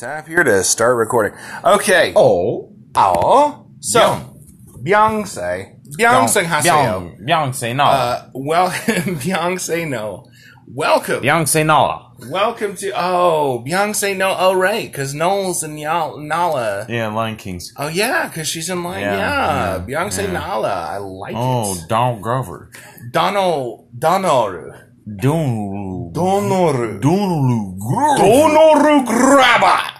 Time here to start recording. Okay. Oh. Oh. So, Beyonce. Beyonce Haseo. Beyonce, Beyonce Nala. Uh, well, Beyonce no. Welcome. Beyonce Nala. Welcome to, oh, Beyonce no. Oh, right. Because Noel's in Y'all, Nala. Yeah, Lion Kings. Oh, yeah. Because she's in line. Yeah, Yeah. yeah, Beyonce yeah. Nala. I like Oh, it. Donald Grover. Donald. Donald. Donald. Donald. Donald Grover. Donald Grabba.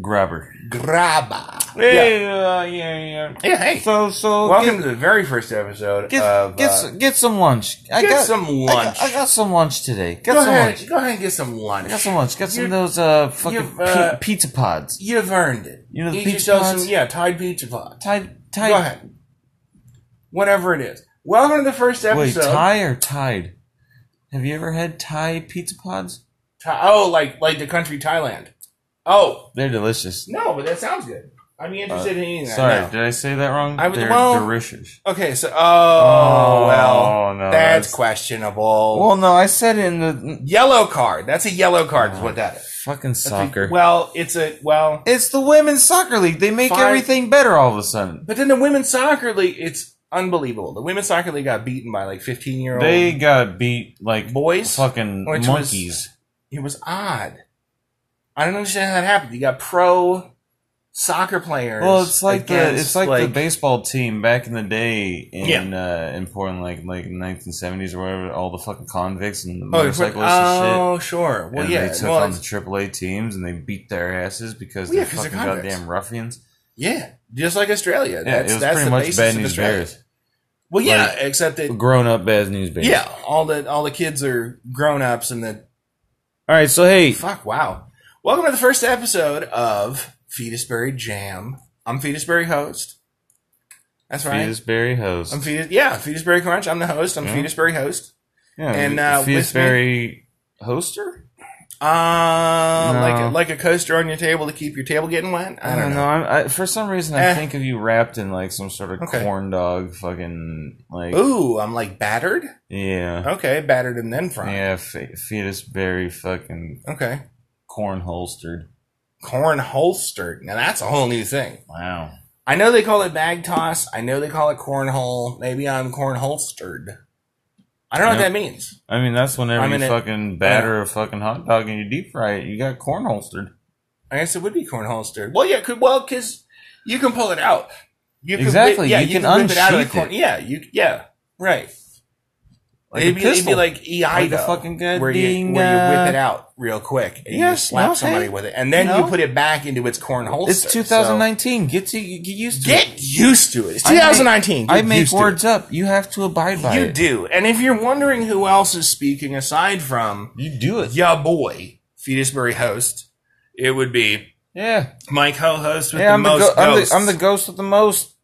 Grabber. Grabba. Yeah. Yeah, yeah, yeah. Yeah, hey. So, so. Welcome to the very first episode Get, of. get, uh, s- get some lunch. I get got some I got- lunch. I got, some lunch today. Get go some ahead. lunch. Go ahead and get some lunch. Got some lunch. Got some You- of those uh fucking you've, uh, pi- pizza pods. You've earned it. You know the Eat pizza yourself pods? some yeah, Tide pizza pot. Tie, tie. Go ahead. Whatever it is. Welcome to the first Wait, episode. Thai or Tide? Have you ever had Thai pizza pods? Tha- oh, like like the country Thailand. Oh They're delicious. no, but that sounds good. I'm interested in eating that. Uh, Sorry, now. did I say that wrong? I would- They're well- delicious. Okay, so oh, Oh, well, no, that's, that's- questionable. Well, no, I said it in the yellow card. That's a yellow card. is what that is. fucking That's a- Oh, soccer. well, it's a well. it's the women's soccer league. They make Fine. everything better all of a sudden. But then the women's soccer league, it's unbelievable. The women's soccer league got beaten by like 15 year old. They got beat like Boys? fucking Which was- monkeys. It was odd. I don't understand how that happened. You got pro soccer players. Well, it's like the against, it's like, the baseball team back in the day in uh, in Portland, like like nineteen seventies or whatever. All the fucking convicts and the oh, it's motorcyclists and shit. oh, sure. Well, and yeah, they took well, on the it's- AAA teams and they beat their asses because Well, yeah, they're 'cause they're fucking convicts. goddamn ruffians. yeah, just like Australia. Yeah, that's, it was that's pretty the much basis bad of news Australia. bears. Well, yeah, Like- except that Grown up bad news bears. yeah, all the all the kids are grown ups, and the All right, so hey, fuck, wow. Welcome to the first episode of Fetusberry Jam. I'm Fetusberry host. That's right. Fetusberry host. I'm Fetus. Yeah, Fetusberry Crunch. I'm the host. I'm Yeah. Fetusberry host. yeah, and, uh, with me- Fetusberry hoster. Uh, No. like a, like a coaster on your table to keep your table getting wet. I don't know. Uh, I'm, I, for some reason, I Eh. think of you wrapped in like some sort of Okay. corn dog, fucking like Ooh, I'm like battered. yeah, Okay, battered and then fried. yeah, fe- fetusberry fucking Okay, corn holstered. corn holstered. Now that's a whole new thing. Wow. I know they call it bag toss. I know they call it cornhole. Maybe I'm corn holstered. I don't know Yep. what that means. I mean, that's whenever I'm you in it. fucking batter a fucking hot dog and you deep fry it, you got corn holstered. I guess it would be corn holstered. Well, yeah, could well because you can pull it out. You could Exactly, whip- yeah, you you can can whip it out of the unsheath it. corn. Yeah, you yeah right. Like it'd, a be, it'd be pistol. like EI Like the though, fucking good where you ding, where you whip it uh, out real quick and you Yes, slap no, somebody hey, with it, and then you no. put it back into its corn holster. It's 2019. Get to get used So to get it. used to it. It's I make- 2019. I Get make used to words up. You have to abide it. by You it. do, and if you're wondering who else is speaking aside from You do it. ya boy, Fetusbury host, it would be Yeah. my co-host with Yeah, the I'm the, most go- I'm, the, ghosts. I'm the ghost with the most.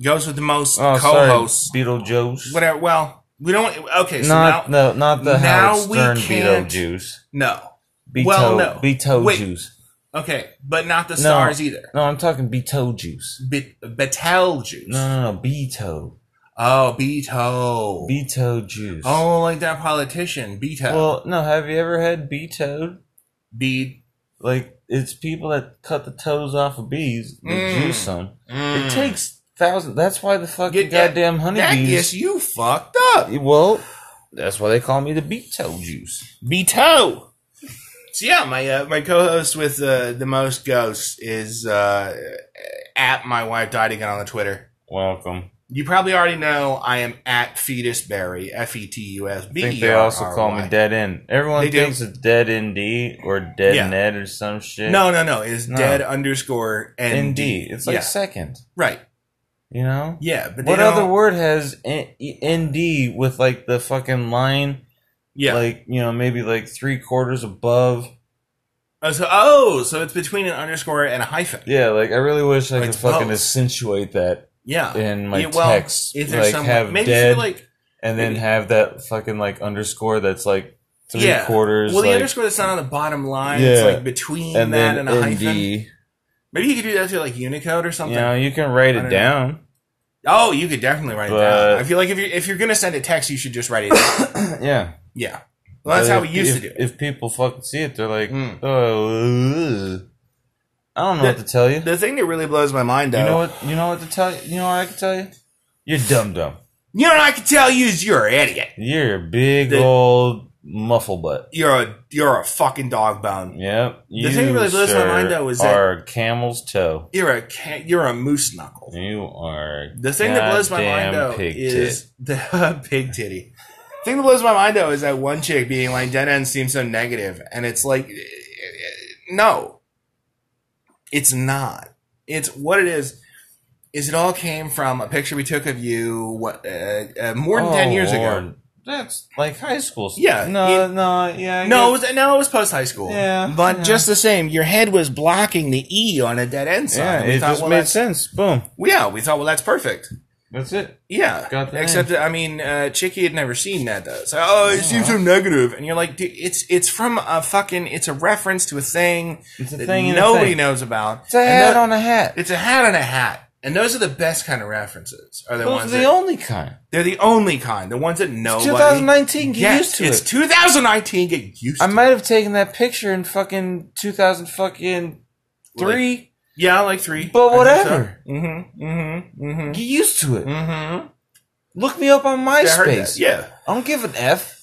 Goes with the most Oh, co-hosts. sorry, Beetlejuice. Whatever. Well, we don't. Okay, so not now the not the now Howard we Stern can't- Beetlejuice. no. Beto, Well, no. Wait. Beetlejuice. Okay, but not the stars either. No, I'm talking Beetlejuice. Be- Betelgeuse. No, no, no, Beto, Oh, Beto. Beetlejuice. oh, like that politician, Beto. well, no. Have you ever had Beto? Be- Like it's people that cut the toes off of bees, the Mm. juice on. Mm. It takes thousands. That's why the fucking Get that- goddamn that honeybees. yes, you fucked up. Well, that's why they call me the Beetlejuice. Beto. So yeah, my uh, my co-host with uh, the most ghosts is uh, at my wife died again on the Twitter. Welcome. You probably already know I am at fetusberry. F e t u s b. I think they also call me dead end. Everyone They do. thinks it's dead ND or dead Yeah. net or some shit. No, no, no. It's No. dead underscore ND. nd. It's like yeah, second. right. You know. Yeah, but what they other don't- word has N- ND with like the fucking line, Yeah. like you know maybe like three quarters above? oh, so, oh, so it's between an underscore and a hyphen. Yeah, like I really wish I Like could fucking both. accentuate that Yeah. in my Yeah, well, text. Is there like some have maybe dead feel like and then maybe- have that fucking like underscore that's like three Yeah. quarters. well the like, underscore that's not on the bottom line. Yeah. It's like between and that and then a hyphen. ND. Maybe you could do that to like Unicode or something. You know, you can write I it don't know. down. Oh, you could definitely write it But- down. I feel like if you're if you're gonna send a text, you should just write it. down. yeah. yeah. Well, that's But how we if- used if- to do it. If people fucking see it, they're like, Mm. oh, ugh." I don't know what to tell you. The thing that really blows my mind, though, you know what? You know what to tell you. You know what I can tell you. You're dumb dumb. you know what I can tell you is you're an idiot. You're a big The- old muffle butt. You're a you're a fucking dog bone. Yep. The thing that really blows my mind, though, is that- are a camel's toe. You're a ca- you're a moose knuckle. You are a The thing that blows my mind goddamn though pig is the big titty. The thing that blows my mind though is that one chick being like dead end seems so negative, and it's like, eh, no, it's not. It's what it is. Is it all came from a picture we took of you what uh, uh, more than ten Oh, years ago? Lord. That's like high school. stuff. Yeah, No, no, yeah. I No, it guess- was, no, it was post high school. Yeah, but yeah. just the same, your head was blocking the E on a dead end sign. yeah, We it thought, just well, made that's- sense. Boom. Yeah, we thought, well, that's perfect. That's it. Yeah. Got the Except that, I mean, uh, Chicky had never seen that though. So, oh, it seems so negative, and you're like, dude, it's it's from a fucking, it's a reference to a thing It's a that thing in a nobody thing. knows about. It's a And hat tho- on a hat. It's a hat on a hat, and those are the best kind of references. Are the Those are ones the that, only kind. they're the only kind, the ones that nobody. 2019. Get Yes, used to it's it. 2019. Get used. I to might have taken that picture in fucking 2000 fucking three. it. Yeah, like three. But whatever. Mm-hmm. Mm-hmm. Mm-hmm. Get used to it. Mm-hmm. Look me up on MySpace. Yeah. I don't give an F.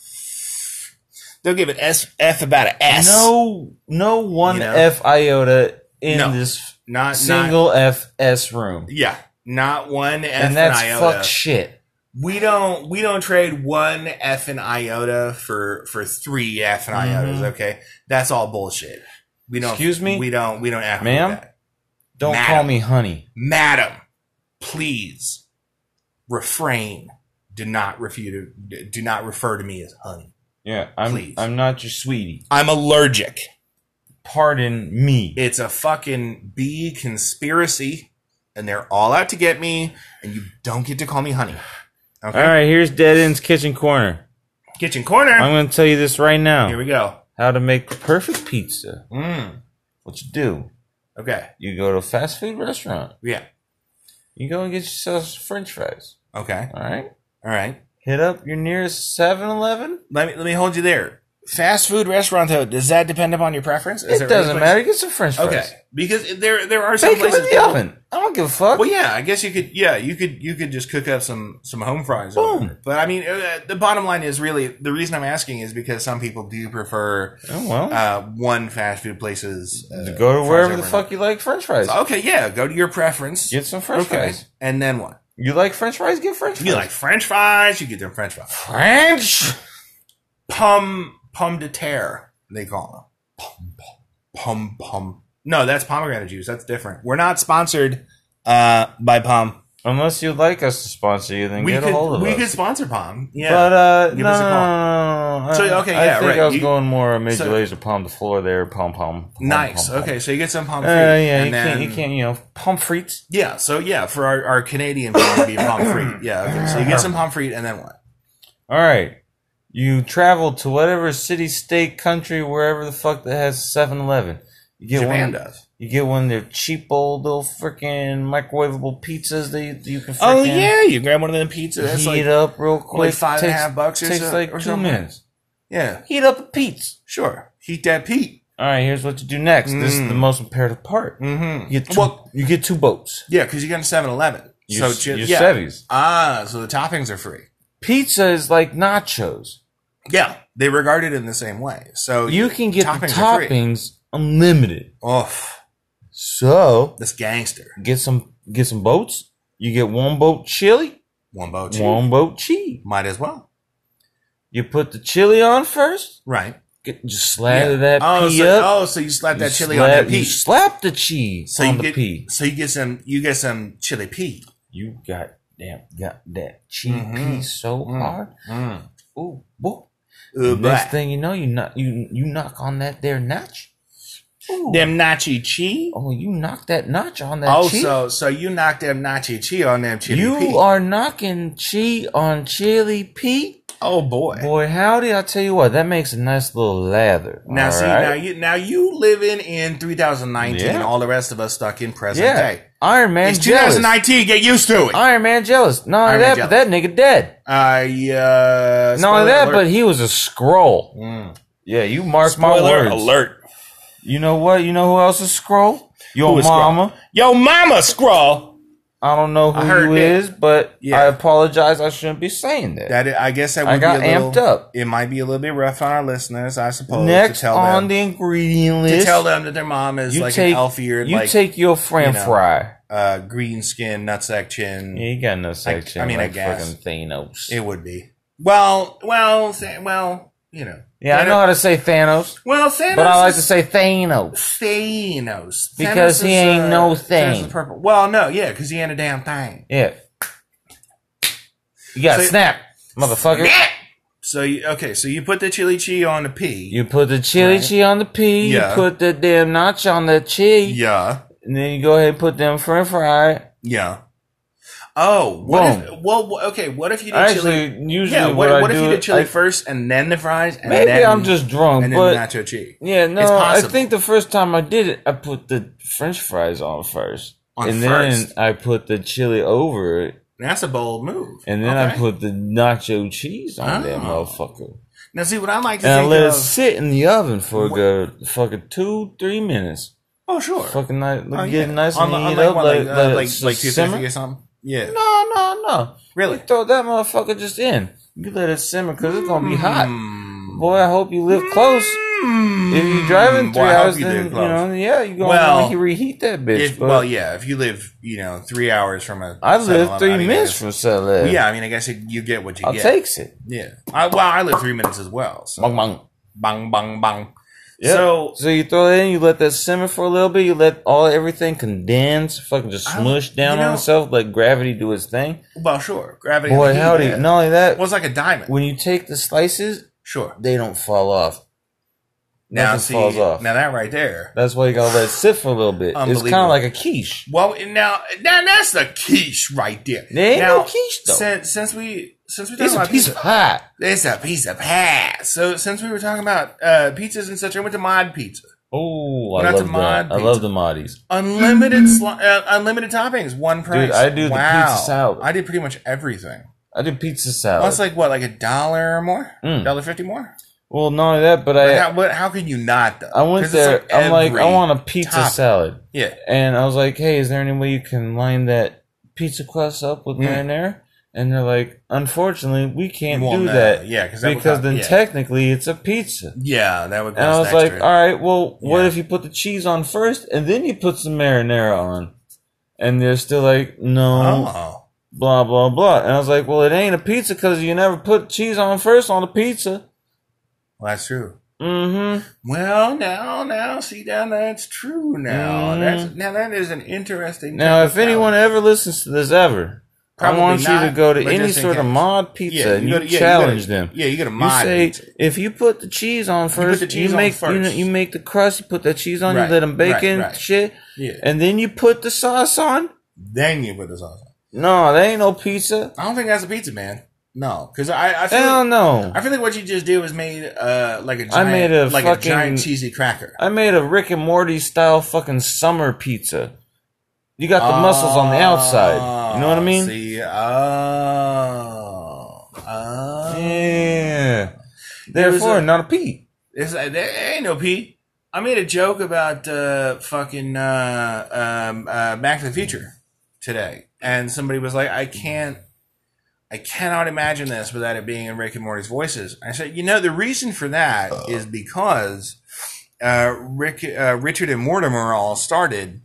They'll give it S F about an S. No, no one You know? F iota in No. this not Not, single FS room. yeah, not one F and that's iota. fuck shit. we don't we don't trade one F and iota for for three F and Mhm. iotas. Okay, that's all bullshit. We don't. Excuse me? We don't. We don't act Ma'am? Like that. Don't Madam. call me honey. Madam, please refrain. Do not refer to do not refer to me as honey. Yeah, I'm Please. I'm not your sweetie. I'm allergic. Pardon me. It's a fucking bee conspiracy, and they're all out to get me. And you don't get to call me honey. Okay. All right, here's Dead End's Kitchen Corner. Kitchen corner. I'm going to tell you this right Here now. we go. How to make perfect pizza. Mm. What you do? Okay. You go to a fast food restaurant. Yeah. You go and get yourself some french fries, Okay. all right? All right. Hit up your nearest 7-Eleven. let me let me hold you there. Fast food restaurant though, does that depend upon your preference? Is It there doesn't any place- matter. Get some french fries. Okay, because there there are some Bake them places. in the oven. I don't give a fuck. Well, yeah, I guess you could. Yeah, you could you could just cook up some some home fries. Boom. over it. But I mean, uh, the bottom line is really the reason I'm asking is because some people do prefer oh, well. uh, one fast food places. Uh, go to fries wherever the over fuck you like french fries. another. Okay, yeah, go to your preference. Get some french okay, fries. and then what? You like french fries? Get french fries. You like French fries? You get them French fries. French? Pum pum de terre, they call them. Pum pum. No, that's pomegranate juice. That's different. We're not sponsored uh, by Pum. Unless you'd like us to sponsor you, then we get could a hold of we us. could sponsor Pum. Yeah. But uh, Give no, us a no, no, no, no. So, okay, I, yeah, I think right. I was You- going more mid so- to laser palm the floor there, pom pom. pom, nice. pom, pom. okay, so you get some pom Uh, fruit. yeah, and you then, can't, you can't, you know, palm frites. Yeah. So yeah, for our, our Canadian community, Pum fruit. Yeah. Okay. So you get some Pum fruit, and then what? All right, you travel to whatever city, state, country, wherever the fuck that has 7-Eleven. You get Japan one. does. You get one of their cheap old little freaking microwavable pizzas that you, that you can. Frickin Oh yeah, you grab one of them pizzas. That's heat like up real quick. five and a takes- half bucks or Takes so- like or two something. minutes. yeah, Heat up a pizza. sure. Heat that Pete. All right, here's what you do next. This is the Mm. most imperative part. Mm-hmm. You get two, Well- you get two boats. Yeah, because you got a 7-Eleven. Your, So chi- your yeah. Chevys. Ah, so the toppings are free. Pizza is like nachos. Yeah, they regard it in the same way. So You can get the are free. toppings unlimited. Oof, So this gangster. get some get some boats. You get one boat chili, One boat. cheap. one boat cheese. Might as well. You put the chili on first. Right. Get, just slather that oh, pea so, up. oh, so you slap You that chili slap- on that pea. You slap the cheese so on you the get pea. so you get some you get some chili pea. You got damn got that cheese Mhm. pea so Mm. hard. Mm. Ooh, boy. Ooh, Next but thing you know, you knock you you knock on that there notch. Ooh. them nachi chi. Oh, you knock that notch on that Oh, cheek. so so you knock them nachi chi on them chili you pea. are knocking chi on chili pea. oh boy. Boy, howdy! I tell you what, that makes a nice little lather. Now all see right? now you now you living in 2019. Yeah. All the rest of us stuck in present yeah, day. Iron Man It's jealous. 2019. Get used to it. Iron Man jealous. Not only Iron Man that, but that nigga dead. I uh, Not spoiler only that, alert. but he was a scroll. Mm. Yeah, you mark my spoiler words. alert. You know what? You know who else is scroll? Yo, Who is mama. Yo, mama, scroll. I don't know I who heard you that. is, but Yeah. I apologize. I shouldn't be saying that. That I guess that would I got be a little, amped up. It might be a little bit rough on our listeners, I suppose. Next to tell on them, the ingredient to list, tell them that their mom is you like take- an elf-eared, you like take your Fran you know. fry. uh, green skin, nutsack chin. Yeah, you got no section. I mean, I like guess. fucking Thanos. It would be. Well, well, th- well, you know. yeah, I know how to say Thanos, Well, Thanos. but I like to is say Thanos. Thanos Because Thanos he is, ain't uh, no Thanos is thing. purple. Well, no, yeah, because he ain't a damn thing. Yeah, you got to So- snap, motherfucker. So you, okay, so you put the chili cheese on the P. You put the chili Right. cheese on the pea. Yeah. You put the damn nacho on the cheese. yeah, And then you go ahead and put them French fry. yeah. Oh, what Boom. if, well, wh- okay. What if you did chili? Actually, usually Yeah, what, what, I what if do, you did chili I- first and then the fries and maybe then I'm just drunk, and then but nacho cheese yeah, no, It's I possible. think the first time I did it, I put the French fries on first, on and first? then I put the chili over it, That's a bold move. and then I Okay. put the nacho cheese on that Oh. motherfucker, now see what I like to and I think let of. it sit in the oven for a Wh- good fucking two, three minutes. oh sure, Fucking nice, Oh, get yeah. nice On- and on heat like up, one, like uh, let it like, s- like simmer. 250 or something. Yeah, No, no, no. Really? You throw that motherfucker just in. You let it simmer because it's gonna be Mm. hot. Hmm. Boy, I hope you live close. If you're Mm, driving three Boy, Hmm, I hope hours, you then live you close. know, yeah, you gonna Well, want to reheat that bitch. If, but well, yeah. If you live, you know, three hours from a, I 7-Eleven, live three I mean, I minutes guess- from Salad. Yeah, I mean, I guess you, you get what you I'll get. takes it. yeah. I, well, I live three minutes as well. So Bong, bong. bang, bang, bang. Yep. So So you throw it in, you let that simmer for a little bit, you let all everything condense, fucking just I- smush down you know- on itself, let gravity do its thing. well, sure. Gravity. Boy, and heat, howdy! yeah. Not only that, Well, it's like a diamond. when you take the slices, Sure. they don't fall off. Now Nothing see, falls off. now that right there. That's why you gotta let it sit for a little bit. It's kind Unbelievable. of like a quiche. Well, now, now that's the quiche right there. There ain't now, no quiche though. Since, since we since we talking it's a about piece pizza, of pie. it's a piece of pie. So since we were talking about uh, pizzas and such, I went to Mod Pizza. Oh, Well, I that's a love mod that. I pizza. love the Moddies. Unlimited sli- uh, unlimited toppings, one price. Mm-hmm. I do the pizza salad. I did pretty much everything. I did pizza Well, salad. That's like what, like a dollar or more, Mm. dollar fifty more. well, not only that, but Like, I how, what, how can you not though? I went 'Cause it's there. I'm like, I every- want a pizza topping. salad, Yeah, and I was like, hey, is there any way you can line that pizza crust up with Mm. marinara? And they're like, unfortunately, we can't Well, do no, that Yeah, because because then yeah. technically it's a pizza. yeah, that would. And I cost was like, extra. all right, well, what Yeah. if you put the cheese on first and then you put some marinara on? And they're still like, no, oh, blah, blah, blah. And I was like, well, it ain't a pizza because you never put cheese on first on a pizza. well, that's true. Mm hmm. Well, now, now, see, now that's true. Now, Mm. that's now that is an interesting. Now, if technicality. anyone ever listens to this ever, Probably I want you to not, go to but any just in sort of case. mod pizza and you, go to- yeah, challenge go to- them. Yeah, you got to You mod say pizza. if you put the cheese on put the first, you, cheese on make You, know, first. you make the crust, you put that cheese on, Right, you let them bake right, in right. shit, Yeah, and then you put the sauce on. then you put the sauce. on. No, they ain't no pizza. I don't think that's a pizza, man. No, because I, I feel, Hell like, no. I feel like what you just did was made uh like a giant, I made a like a fucking- giant cheesy cracker. I made a Rick and Morty style fucking summer pizza. You got the muscles on the outside. You know what I Ah, mean? See, oh, oh. Yeah. There was Therefore, a- not a P. It's like, there ain't no P. I made a joke about uh, fucking uh, um, uh, Back to the Future today, and somebody was like, "I can't, I cannot imagine this without it being in Rick and Morty's voices." I said, "You know, the reason for that is because uh, Rick, uh, Richard, and Mortimer all started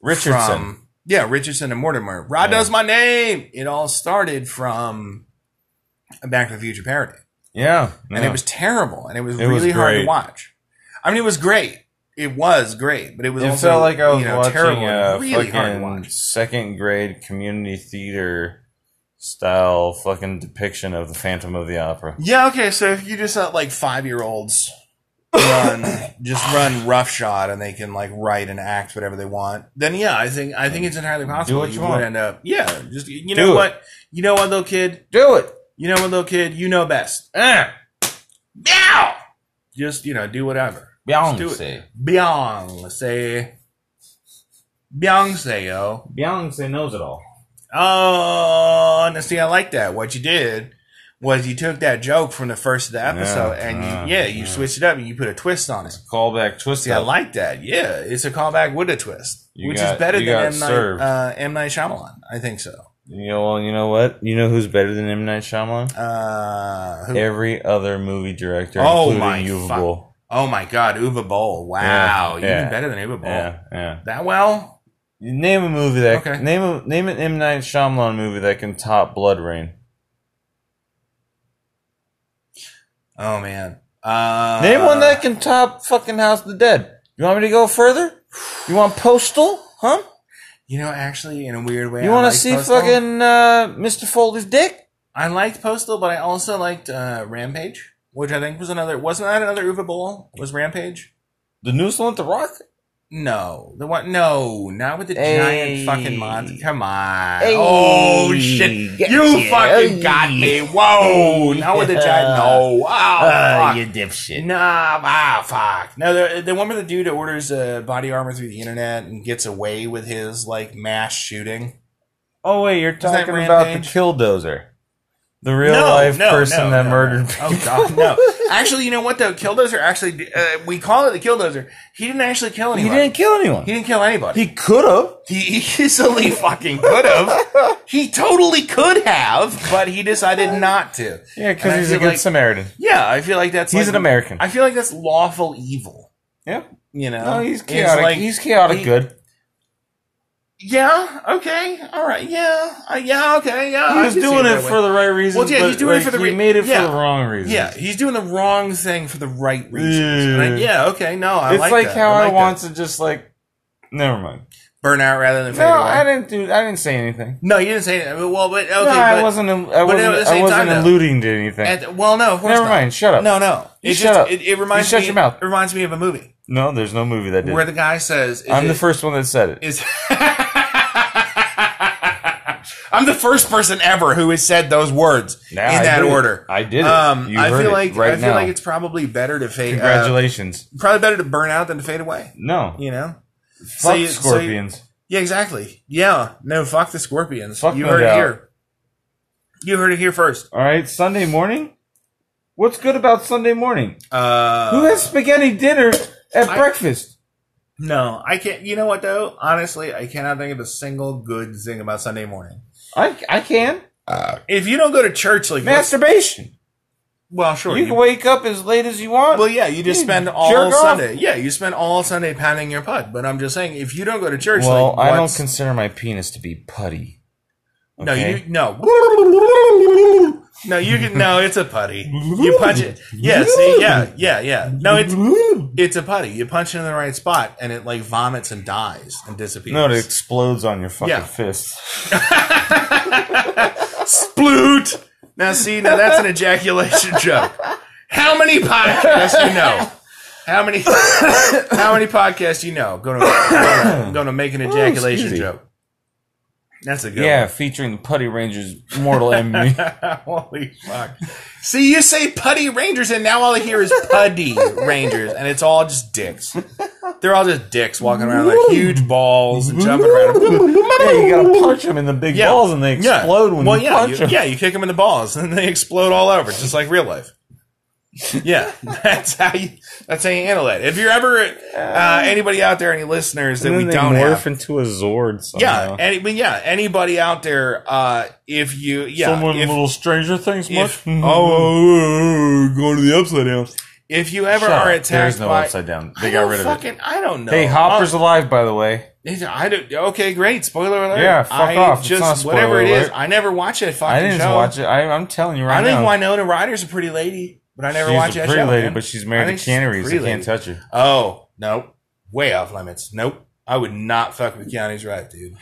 Richardson. from- yeah, Richardson and Mortimer. Rod Yeah. knows my name. It all started from a Back to the Future parody." yeah. and it was terrible and it was It was really hard to great. watch. I mean, it was great. It was great, but it was It also felt like I was you know, watching terrible a and really hard to fucking watch. second grade community theater style fucking depiction of the Phantom of the Opera. Yeah, okay. So if you just let like five year olds run, just run roughshod, and they can like write and act whatever they want, then yeah, I think I think it's entirely possible what you, you would want. end up. Yeah, just you Do know it. what, you know what, little kid, Do it. you know what, little kid, you know best. Yeah. Yeah, just you know, do whatever. Just do Beyonce. Beyonce, Beyonce, yo. Beyonce knows it all. Oh, now see, I like that. What you did was you took that joke from the first of the episode Yeah, and uh, you, yeah, you yeah. switched it up and you put a twist on it. Callback twist. See, I up. like that. Yeah, it's a callback with a twist, You which got- is better you than got M Night, served. uh, M Night Shyamalan. I think so. You know, well, you know what? You know who's better than M Night Shyamalan? Uh, who- Every other movie director, Oh including my Uwe fuck. Boll. oh my God, Uva Bowl. Wow, Yeah, you yeah. did better than Uva Bowl. Yeah, yeah. That well? You Name a movie that Okay. name a name an M Night Shyamalan movie that can top Blood Rain. Oh man. Uh, name one that can top fucking House of the Dead. You want me to go further? You want Postal? Huh? you know actually in a weird way. you I want to liked see Postal. fucking uh, Mr. Foley's dick? I liked Postal, but I also liked uh, Rampage, which I think was another. Wasn't that another Uva Bowl? Was Rampage? The new one with the Rock? No, the one. No, not with the giant Hey. fucking monster. Come on. Hey. Oh shit! Gotcha. You fucking got me. Hey. Whoa! Not with the giant. No. Oh, Uh, fuck. dipshit. Nah, ah, fuck. No, the, the one with the dude that orders uh, body armor through the internet and gets away with his like mass shooting. Oh wait, you're that talking about the Rampage? killdozer, the real life person that murdered people. Oh god, no. Actually, you know what though? Killdozer actually, uh, we call it the Killdozer. He didn't actually kill He anybody. didn't kill anyone. He didn't kill anybody. He could have. He, he easily fucking could have. he totally could have, but he decided not to. Yeah, And because I he's feel a good like- Samaritan. Yeah, I feel like that's He's like- an American. I feel like that's lawful evil. yeah. You know, No, he's It's chaotic. like- he's chaotic he- good. Yeah. Okay. All right. Yeah. Uh, yeah. Okay. Yeah. He I was can see doing that it way. for the right reason. Well, yeah, but, he's doing it like, for the He re- made it yeah. for the wrong reason. Yeah, he's doing the wrong thing for the right reasons. Yeah. Like, yeah. Okay. No, I it's like, like, that. how I, like want to just like. Never mind. that. burn out rather than fade No, I away. didn't do. I didn't say anything. No, you didn't say that. Well, but okay. no, I but wasn't. I but at wasn't. the same I wasn't time, though- alluding to anything. at- well, no. Of course Never not. mind. Shut up. No, no. You It shut just, up. It, it reminds You shut me. your mouth. It reminds me of a movie No, there's no movie that did. where the guy says, is I'm the it- Uh, first one that said it. is I'm the first person ever who has said those words Nah, in I that did it. order. I did it. Um, You I heard feel it like right I feel now. like it's probably better to fade. Uh, Congratulations. probably better to burn out than to fade away. no. You know. Fuck you- so you- scorpions. yeah, exactly. Yeah, no, fuck the scorpions. Fuck you no heard doubt. it here. You heard it here first. All right, Sunday morning. What's good about Sunday morning? Uh, Who has spaghetti dinner at I- breakfast? No, I can't. You know what though? Honestly, I cannot think of a single good thing about Sunday morning. I I can If you don't go to church, like what's- masturbation. well, sure. You you- can wake up as late as you want. well, yeah, you just You spend jerk all off. Sunday. Yeah, you spend all Sunday pounding your putt. But I'm just saying, if you don't go to church, Well, like, I don't what's- consider my penis to be putty. No, Okay? you no. No, you can. No, it's a putty. You punch it. Yeah. See. Yeah. Yeah. Yeah. No, it's It's a putty. You punch it in the right spot, and it like vomits and dies and disappears. no, it explodes on your fucking Yeah. fist. sploot. Now, see, now that's an ejaculation joke. How many podcasts you know? How many? How many podcasts you know? Going to going to make an ejaculation Oh, me. joke. That's a good Yeah, featuring the Putty Ranger's mortal enemy. one. Holy fuck! See, you say putty rangers, and now all I hear is putty rangers, and it's all just dicks. They're all just dicks walking around like huge balls and jumping around. yeah, you gotta punch them in the big Yeah. balls and they Yeah. explode when well, you yeah, punch you, them. Yeah, you kick them in the balls and they explode all over, just like real life. Yeah, that's how you. That's how you handle it. If you're ever uh, anybody out there, any listeners that And we then they don't morph have, into a Zord yeah, somehow. any, but yeah, anybody out there, uh, if you, yeah, Someone if, little Stranger Things if, much? oh, going to the upside down. If you ever Shut are up. attacked There's no by, upside down. I They got don't rid of it. fucking, I don't know. Hey, Hopper's alive, by the way. Oh, I don't, okay, great. Spoiler alert. Yeah, fuck I off. It's Just not a spoiler whatever it is, alert. I never watch that fucking I didn't show. watch it. I, I'm telling you right I now. think Winona Ryder's a pretty lady, but I never she's watched a that pretty show. lady, man. but she's I married think to she's a Canneries. pretty You can't lady. touch her. oh nope, way off limits. Nope, I would not fuck with Keanu's right, dude.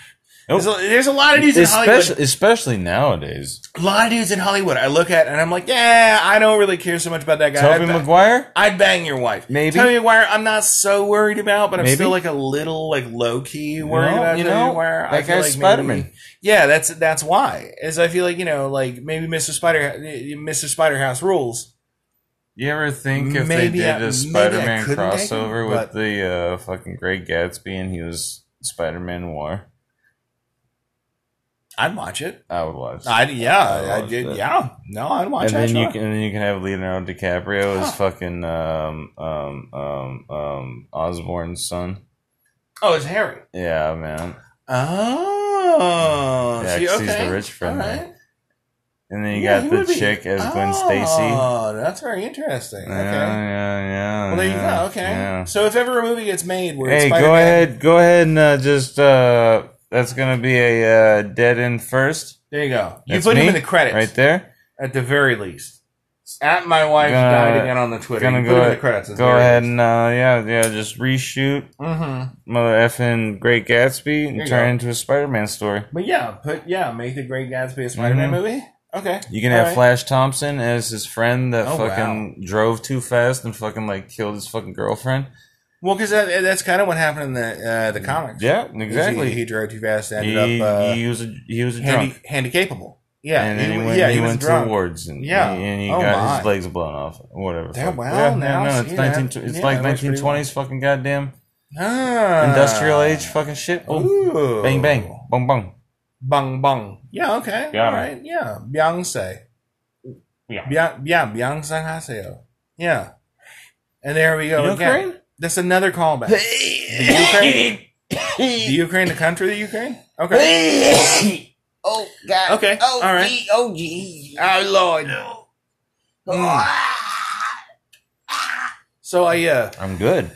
Nope. There's, a, there's a lot of dudes in Hollywood. Especially, especially nowadays. A lot of dudes in Hollywood. I look at and I'm like, yeah, I don't really care so much about that guy. Toby I'd, ba- Maguire? I'd bang your wife. Maybe. Toby McGuire, I'm not so worried about, but I'm Maybe. still like a little like low key worried know, about you Toby know, McGuire. that feel like guy's maybe- Spider-Man. yeah, that's that's why. Is I feel like you know like maybe Mr. Spider Mr. Spider House rules. You ever think if Maybe they I- did maybe I a Spider-Man couldn't make it, crossover but- with the uh, fucking Great Gatsby and he was Spider-Man Noir? I'd watch it. I would watch. I'd I yeah, I watched did it. yeah. No, I'd watch and that. then you sure. can, and then you can have Leonardo DiCaprio as fucking um um um um Osborne's son. Oh, it's Harry. Yeah, man. Oh, Yeah, see, 'cause he's the okay. rich friend All there. right. And then you Yeah, he got the would be- chick as Gwen Stacy. Oh, that's very interesting. Yeah, Okay. yeah, yeah. Well, there yeah, you go. Okay. yeah. So if ever a movie gets made where it's Hey, Spider-Man, go ahead. Go ahead and uh, just uh, that's gonna be a uh, dead end first there you go. You That's put him me, in the credits right there. at the very least. At my wife Gonna- died again on the Twitter. gonna You put go him in the ahead- credits. Go ahead and uh, yeah, yeah, just reshoot Mm-hmm. mother effing Great Gatsby There you and turn go. it into a Spider Man story. But yeah, put yeah, make the Great Gatsby a Spider-Man Mhm. movie. Okay. You can All have right. Flash Thompson as his friend that Oh, fucking drove too fast and fucking like killed his fucking girlfriend. Well, because that, that's kind of what happened in the uh, the comics. Yeah, Is exactly. He, he drove too fast. and He, Ended up uh, he was a he was a handy, drunk, handicapable. Yeah, and then he, went, yeah, he was went to drunk. the wards, and Yeah. he, and he Oh, got my. his legs blown off, or whatever. Damn, fuck. well, yeah, yeah, now, no, see, it's nineteen, that- it's yeah, that like works nineteen pretty twenties, fucking goddamn Ah. industrial age, fucking shit. Boom, Ooh. bang, bang, bong, bong. Bang bang. Yeah, okay. Got All it. right. Yeah. Beyonce. Yeah. Beyonce. Yeah, Beyonce Haseo. Yeah. And there we go You again. Ukraine? That's another callback. The the Ukraine, the country, the Ukraine? Okay. oh God. Okay, Oh, all right. gee, oh gee. Our Lord. Mm. So I uh I'm good.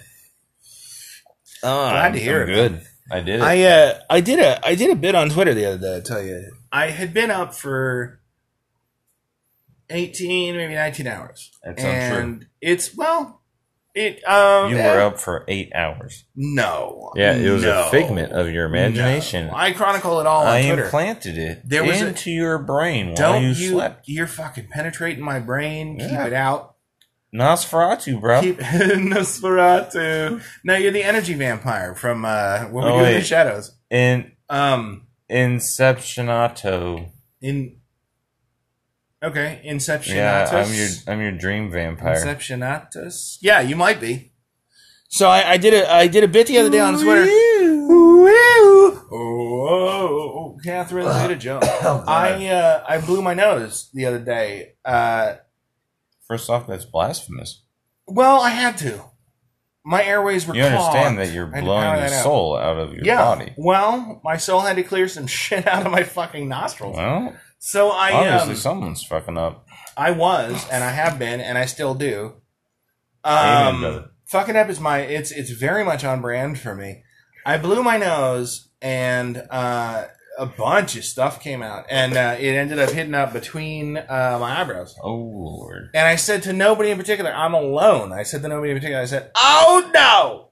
Uh, Glad I'm, to hear I'm it. good. I did it. I uh I did a I did a bit on Twitter the other day, I'll tell you. I had been up for eighteen, maybe nineteen hours. That's untrue. and it's well it um You eh, were up for eight hours. No. Yeah, it was No. a figment of your imagination. No. I chronicle it all on I Twitter. implanted it There was a- into your brain while Don't you, you? slept. You're fucking penetrating my brain. Yeah. Keep it out. Nosferatu, bro. Keep Nosferatu. No, you're the energy vampire from uh, what we Oh, do in the wait. shadows. In Um, Inceptionato. in okay, Inceptionatus. Yeah, I'm your I'm your dream vampire. Inceptionatus. Yeah, you might be. So I, I did a I did a bit the other day on Twitter. Oh, Catherine Zeta Jones. God. I uh, I blew my nose the other day. Uh, First off, that's blasphemous. well, I had to. My airways were. You understand clogged. that you're I had to blowing power the that out. soul out of your yeah. body. Well, my soul had to clear some shit out of my fucking nostrils. Well, so I um, obviously someone's fucking up. I was and I have been and I still do. Amen, Um, brother. fucking up is my it's it's very much on brand for me. I blew my nose and uh, a bunch of stuff came out and uh, it ended up hitting up between uh, my eyebrows. Oh lord. And I said to nobody in particular, I'm alone. I said to nobody in particular, I said, Oh no!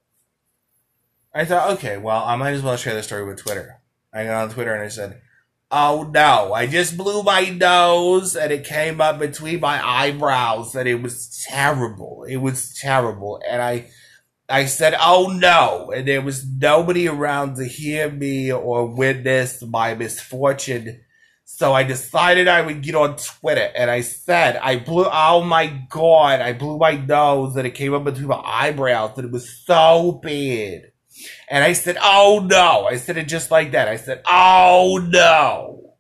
I thought, okay, well, I might as well share this story with Twitter. I got on Twitter and I said, Oh no, I just blew my nose and it came up between my eyebrows and it was terrible. It was terrible. And I I said, Oh no. And there was nobody around to hear me or witness my misfortune. So I decided I would get on Twitter and I said, I blew, oh my god, I blew my nose and it came up between my eyebrows and it was so bad. And I said, oh no. I said it just like that. I said, oh no.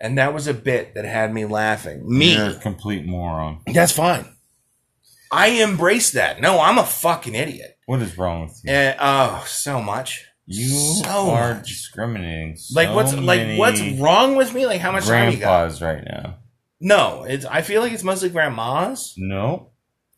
And that was a bit that had me laughing. Me. You're a complete moron. That's fine. I embrace that. No, I'm a fucking idiot. What is wrong with you? And, oh, so much. You so are much. discriminating. So Like what's like many what's wrong with me? Like how much time you got? grandpas right now? No, it's I feel like it's mostly grandmas. No.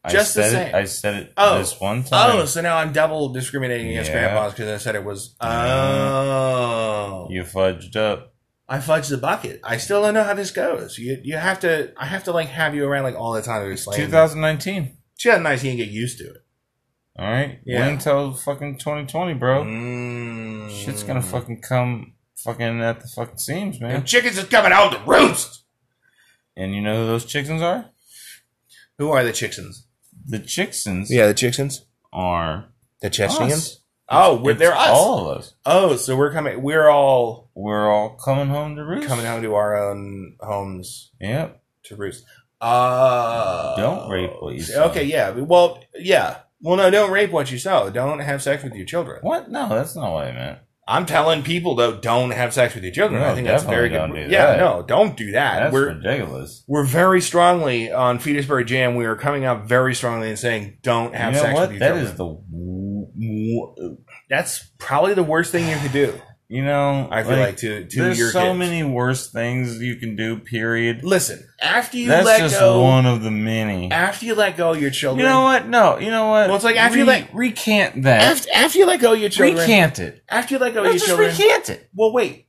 Just the I said same. It, I said it Oh. this one Oh, time. so now I'm double discriminating against Yeah. grandpas because I said it was. Yeah. Oh, You fudged up. I fudged the bucket. I still don't know how this goes. You you have to. I have to like have you around like all the time to explain. 2019. 2019, get used to it, All right. Yeah. Wait until fucking 2020, bro. Mm. Shit's gonna fucking come fucking at the fucking seams, The man. chickens is coming out to roost. And you know who those chickens are? Who are the chicksons? The chicksons the chicksons. are The us. Oh, we're, It's they're us. All of us. Oh, so we're coming. We're all We're all coming home to roost. coming home to our own homes. Yep. to roost. Uh, Don't rape what you saw. Okay, yeah. Well, yeah. Well, no, don't rape what you saw. Don't have sex with your children. What? No, that's not what I meant. I'm telling people though, don't have sex with your children. No, I think that's very definitely good. don't do yeah, that. no, don't do that. That's we're ridiculous. we're very strongly on Fetusbury Jam. We are coming out very strongly and saying don't have you know sex what? with your That children. is the. w- w- that's probably the worst thing you could do. You know, I feel like, to to there's your so kids. many worse things you can do. Period. Listen, after you That's let just go, one of the many. after you let go of your You children, know what? No, you know what? Well, it's like after you let- recant that. After, after you let go of your children, recant it. after you let go No, of your just children, recant it. well, wait,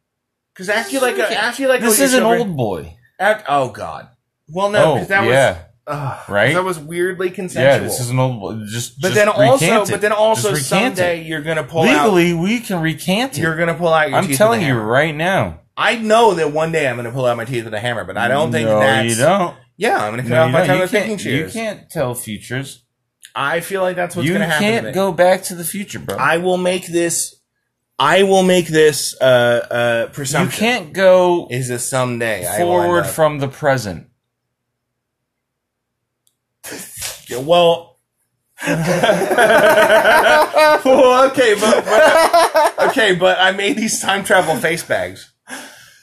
because after you let go, after you let go, This of your is an children, old boy. Af- oh God. Well, no, oh, because that was yeah, ugh, Right? That was weirdly yeah. consensual. This is an old boy. Just, but just then also, recant it. but then also, Just recant it. someday you're gonna pull out. legally we can recant it. You're gonna pull out your. I'm teeth telling with a you hammer. right now. I know that one day I'm gonna pull out my teeth with a hammer, but I don't think no, that's. you don't. Yeah, I'm gonna cut No, off you, my don't. tongue You, with picking can't, you shears. can't tell futures. I feel like that's what's you gonna happen. to me. can't go back to the future, bro. I will make this. I will make this uh, uh, you presumption. can't go Is a someday I will end forward up- from the present. Yeah, well. well, okay, but, but- okay, but I made these time travel face bags.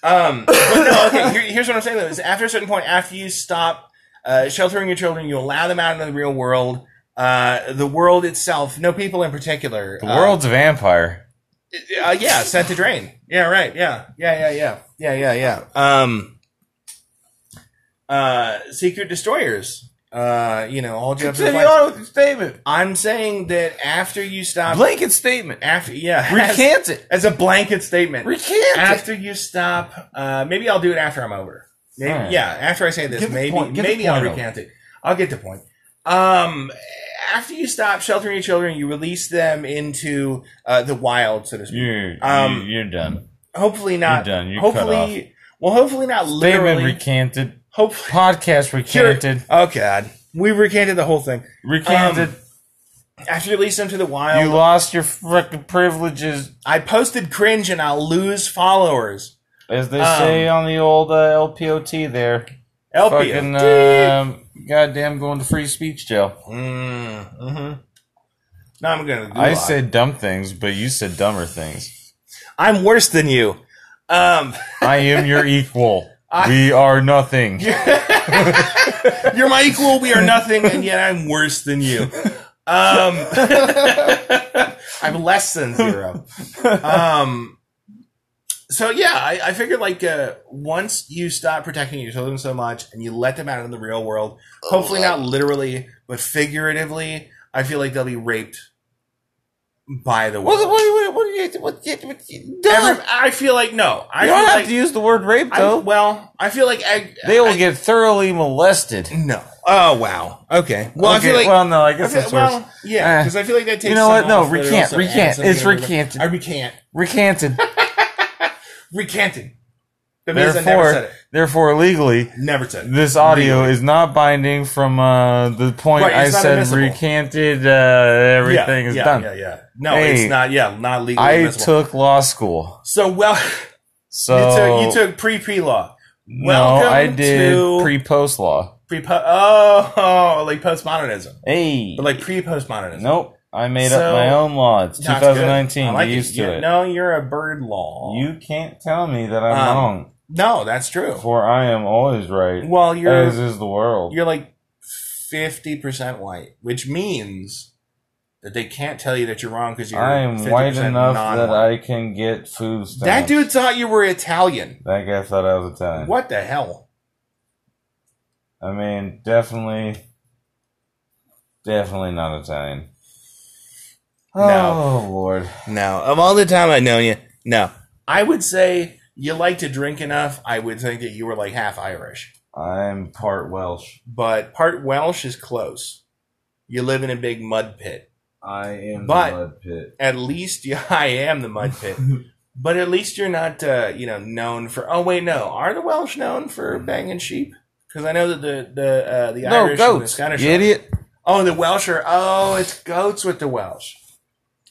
Um, but no, okay. Here, here's what I'm saying though: is after a certain point, after you stop uh, sheltering your children, you allow them out into the real world. Uh, the world itself, no people in particular. The uh, world's a vampire. uh, yeah, sent to drain. Yeah, right. Yeah, yeah, yeah, yeah, yeah, yeah, yeah. Um, uh, secret destroyers. Uh, you know, all Jeff. with your statement. I'm saying that after you stop, Blanket statement. after yeah, as, Recant it. as a blanket statement. Recant it. After you stop, uh, maybe I'll do it after I'm over. Maybe, All right. Yeah, after I say this, Get the maybe point- get the maybe I'll point over. recant it. I'll get the point. Um, after you stop sheltering your children, you release them into uh, the wild, so to speak. You're, Um, you're, you're done. Hopefully not. You're done. You're cut hopefully, well, hopefully not Statement literally. recanted. hopefully, Podcast recanted. oh god, we recanted the whole thing. Recanted. After you release them to the wild, you lost your frickin' privileges, I posted cringe and I'll lose followers. as they Um, say on the old uh, LPOT there. LP. Fucking um, goddamn going to free speech jail. mm, mm-hmm. No, I'm gonna. Do I a lot. said dumb things, but you said dumber things. I'm worse than you. Um, I am your equal. I- we are nothing. you're my equal. We are nothing, and yet I'm worse than you. Um, I'm less than zero. Um, so yeah, I, I figured like uh, once you stop protecting your children so much and you let them out in the real world, Oh, hopefully not literally but figuratively, I feel like they'll be raped by the world. what, what, you, what, what, Every- I feel like no. I you feel don't have like, to use the word rape, I, though. well, I feel like I, they will I- get thoroughly molested. no. Oh wow. Okay. Well, I Okay, feel like well, no, I I guess feel- that's worse. well, yeah, Eh. because I feel like that takes. You know what? some No, off, but it recant, also recant. adds something It's to it. recanted. I recant. Recanted. Recanted. That means I never said therefore, it. therefore, legally, Never said it. this audio is not binding from uh, the point Right, I it's not said admissible. recanted. Uh, everything yeah, is yeah, done. Yeah, yeah. No, Hey, it's not. Yeah, not legally I admissible. took law school, so well, so you took you took pre pre law. no, I Welcome did to- pre post law. Pre oh, oh like postmodernism, Hey, but like pre postmodernism. nope, I made up So- my own law. It's That's good. 2019. I like you it. used Yeah, to it. No, you're a bird law. You can't tell me that I'm Um, wrong, no, that's true. for I am always right, Well, you're as is the world. you're like 50% white, which means that they can't tell you that you're wrong because you're I am 50% white enough that non-white. I can get food stamps. That dude thought you were Italian. That guy thought I was Italian. What the hell? I mean, definitely, definitely not Italian. No. Oh Lord, No, of all the time I've known you, no. I would say you like to drink enough. I would think that you were like half Irish, I'm part Welsh. but part Welsh is close. You live in a big mud pit. I am But- the mud pit. At least you, I am the mud pit. But at least you're not, uh, you know, known for. Oh wait, no. Are the Welsh known for banging sheep? Because I know that the the uh, the No Irish and the goats, Scottish. you are- idiot! Oh, the Welsh are. Oh, it's goats with the Welsh.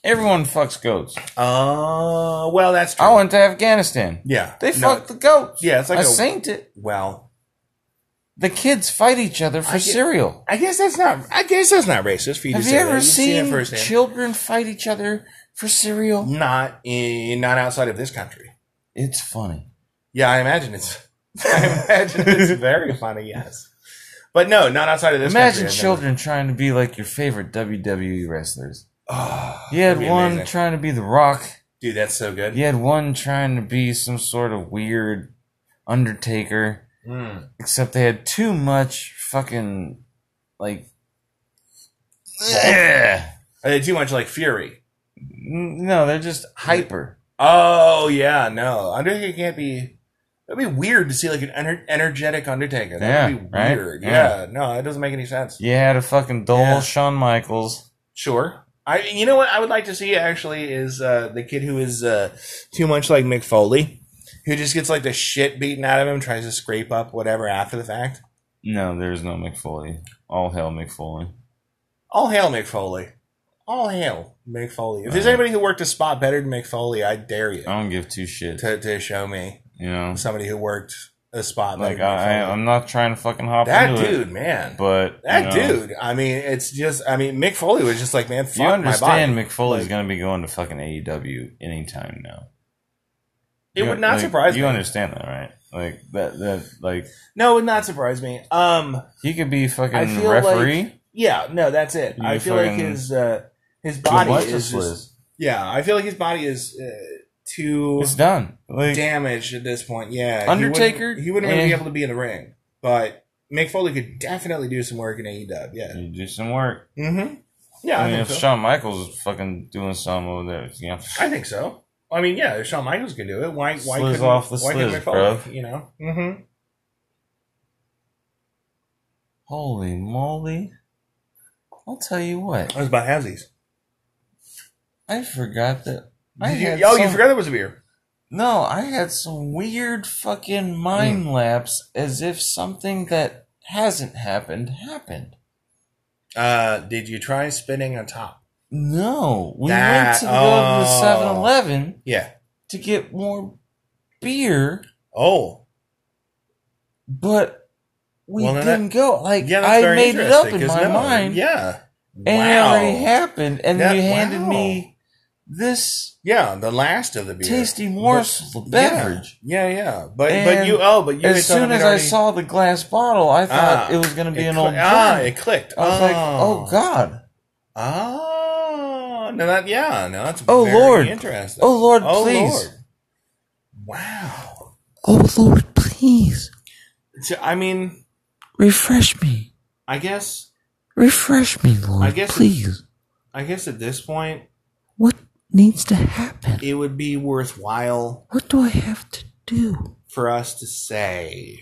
Everyone fucks goats. Oh, well, that's true. I went to Afghanistan. yeah, They No, fucked the goats. Yeah, it's like I a- saint it. Well, The kids fight each other for I get- cereal. I guess that's not. I guess that's not racist for you Have to you say. ever that. You've seen seen it firsthand. children fight each other for cereal? Not in, not outside of this country. It's funny. Yeah, I imagine it's. I imagine it's very funny. Yes, but no, not outside of this. country, Imagine I've never- children trying to be like your favorite WWE wrestlers. Oh, You had that'd be one amazing. trying to be The Rock. dude. That's so good. You had one trying to be some sort of weird Undertaker. Mm. Except they had too much fucking like. Are they too much like Fury? No, they're just hyper. Oh yeah, no. Undertaker can't be. That'd be weird to see like an ener- energetic Undertaker. That would be Yeah, right? weird. Yeah. Yeah. no, that doesn't make any sense. You had a fucking dull Yeah. Shawn Michaels. Sure. I. You know what I would like to see actually is uh, the kid who is uh, too much like Mick Foley, who just gets like the shit beaten out of him, tries to scrape up whatever after the fact. No, there's no McFoley. All hell McFoley. All hail Mick Foley. All hail Mick Foley. If there's Wow. anybody who worked a spot better than Mick Foley, I dare you I don't give two shits. to, to show me You know, somebody who worked a spot better like than Mick I, I, Foley. I'm not trying to fucking hop that into it. dude, man. But That you know, dude. I mean, it's just. I mean, Mick Foley was just like, man, fuck You understand my body. McFoley's Like- going to be going to fucking AEW anytime now. It You- would not like, surprise you me. understand that, right? Like that. That like no, it would not surprise me. Um, he could be I fucking feel referee. like yeah, no, that's it. You I feel like fucking- his uh, his Dude, body watch is this just, list. yeah. I feel like his body is uh, too It's done. Like damaged at this point. Yeah, he Undertaker? wouldn't- He wouldn't, really Yeah. be able to be in the ring, but Mick Foley could definitely do some work in AEW. Yeah. you do some work. Mm-hmm. Yeah, I, I mean, think if so. Shawn Michaels is fucking doing some over there, you know, I think so. I mean, yeah, if Shawn Michaels can do it, why why Slizz couldn't, off the why couldn't slizz, Mick Foley, bro. You know. Mm-hmm. holy moly! I'll tell you what. That was about halvesies. I forgot that. I Did you, had oh, you some- forgot it was a beer. No, I had some weird fucking mind Hmm. lapse, as if something that hasn't happened happened. Uh, did you try spinning on top? No, we went That- to go to the oh. 7-Eleven Yeah. to get more beer, Oh, but we Well, then that- didn't go. Like yeah. That's I very made it up interesting, in 'cause my no, mind, Yeah. and it already happened. And That- you handed wow. me this Yeah, the last of the beer. tasty morsel of beverage. Yeah, yeah. yeah. But but And you oh, but you had As soon told me as it I already- saw the glass bottle, I Ah, thought it was going to be it an cli- old. ah, drink. it clicked. Ah. I was like, oh god. Oh, no, that yeah, no, that's Oh, very Lord. interesting. Oh Lord, Oh, please. Lord. Wow. Oh Lord, please So, I mean, refresh me. I guess, Refresh me, Lord. I guess- please. I guess at this point, What needs to happen? it would be worthwhile What do I have to do? for us to say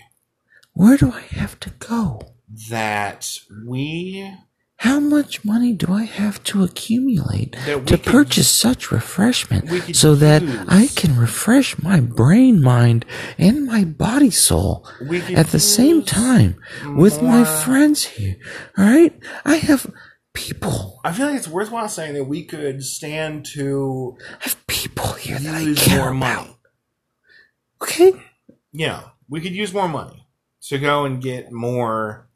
Where do I have to go? that we How much money do I have to accumulate That we to could- purchase such refreshment we could so that use- I can refresh my brain, mind, and my body soul We could at the same use time with my more- friends here? All right? I have people. I feel like it's worthwhile saying that we could stand to I have people here that I use more care money. about. Okay? Yeah, we could use more money to go and get more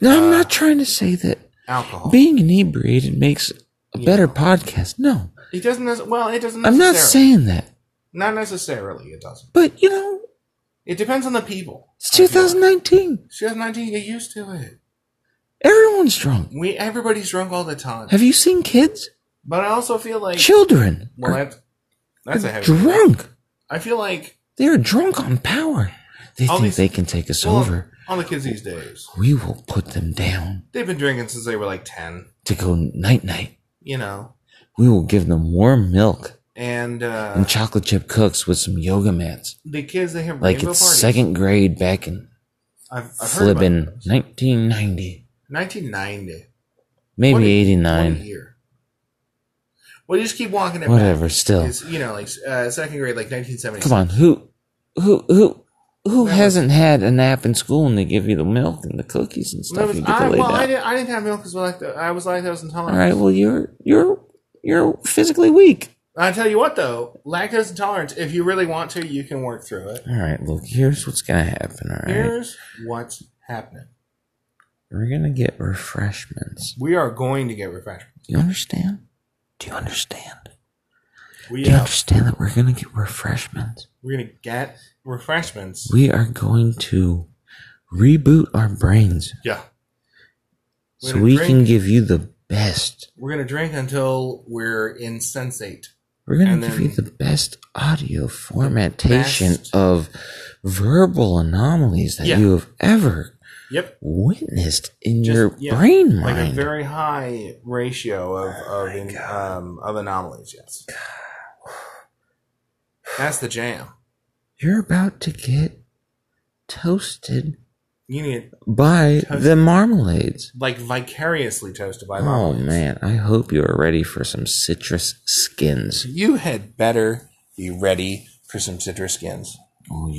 Now, I'm Uh, not trying to say that alcohol. being inebriated makes a Yeah. better podcast. No, it doesn't. nec- Well, it doesn't. I'm not necessarily- saying that. Not necessarily. It doesn't. But, you know, It depends on the people. it's 2019. 2019. Get used to it. Everyone's drunk. We everybody's drunk all the time. Have you seen kids? But I also feel like Children well, are that's that's a heavy. drunk. I feel like They are drunk on power. They All think these- they can take us well, over. all the kids these days. We will put them down They've been drinking since they were like ten. to go night night. You know, We will give them warm milk and uh, and chocolate chip cooks with some yoga mats, the kids they have like rainbow it's parties. second grade back in I've, I've heard about flippin' 1990, it. 1990. What maybe a- What a 89. year. Well, you just keep walking it. back. Whatever. Still, It's, you know, like uh, second grade, like 1970. come on. Who, who, who, who That was- hasn't had a nap in school and they give you the milk and the cookies and That stuff? was, you get to I, lay well, I down. didn't, I didn't have milk because like the- I was lactose All intolerant. right. Well, you're you're you're physically weak. I tell you what, though, lactose intolerance. If you really want to, you can work through it. All right. Look, here's what's gonna happen. All right. Here's what's happening. We're gonna get refreshments. We are going to get refreshment. You understand? Do you understand? We Do you uh, understand that we're gonna get refreshments? we're gonna get refreshments. We are going to reboot our brains Yeah, We're so gonna we drink. can give you the best. we're gonna drink until we're insensate. We're gonna And give you then- the best audio formatation best- of verbal anomalies that Yeah. you have ever Yep, witnessed in Just- your yeah, brain like a mind. Oh very high ratio of of in, um, of anomalies. Yes, that's the jam. You're about to get toasted You need by the marmalades. like vicariously toasted by Oh mom. man, I hope you are ready for some citrus skins. You had better be ready for some citrus skins. Oh,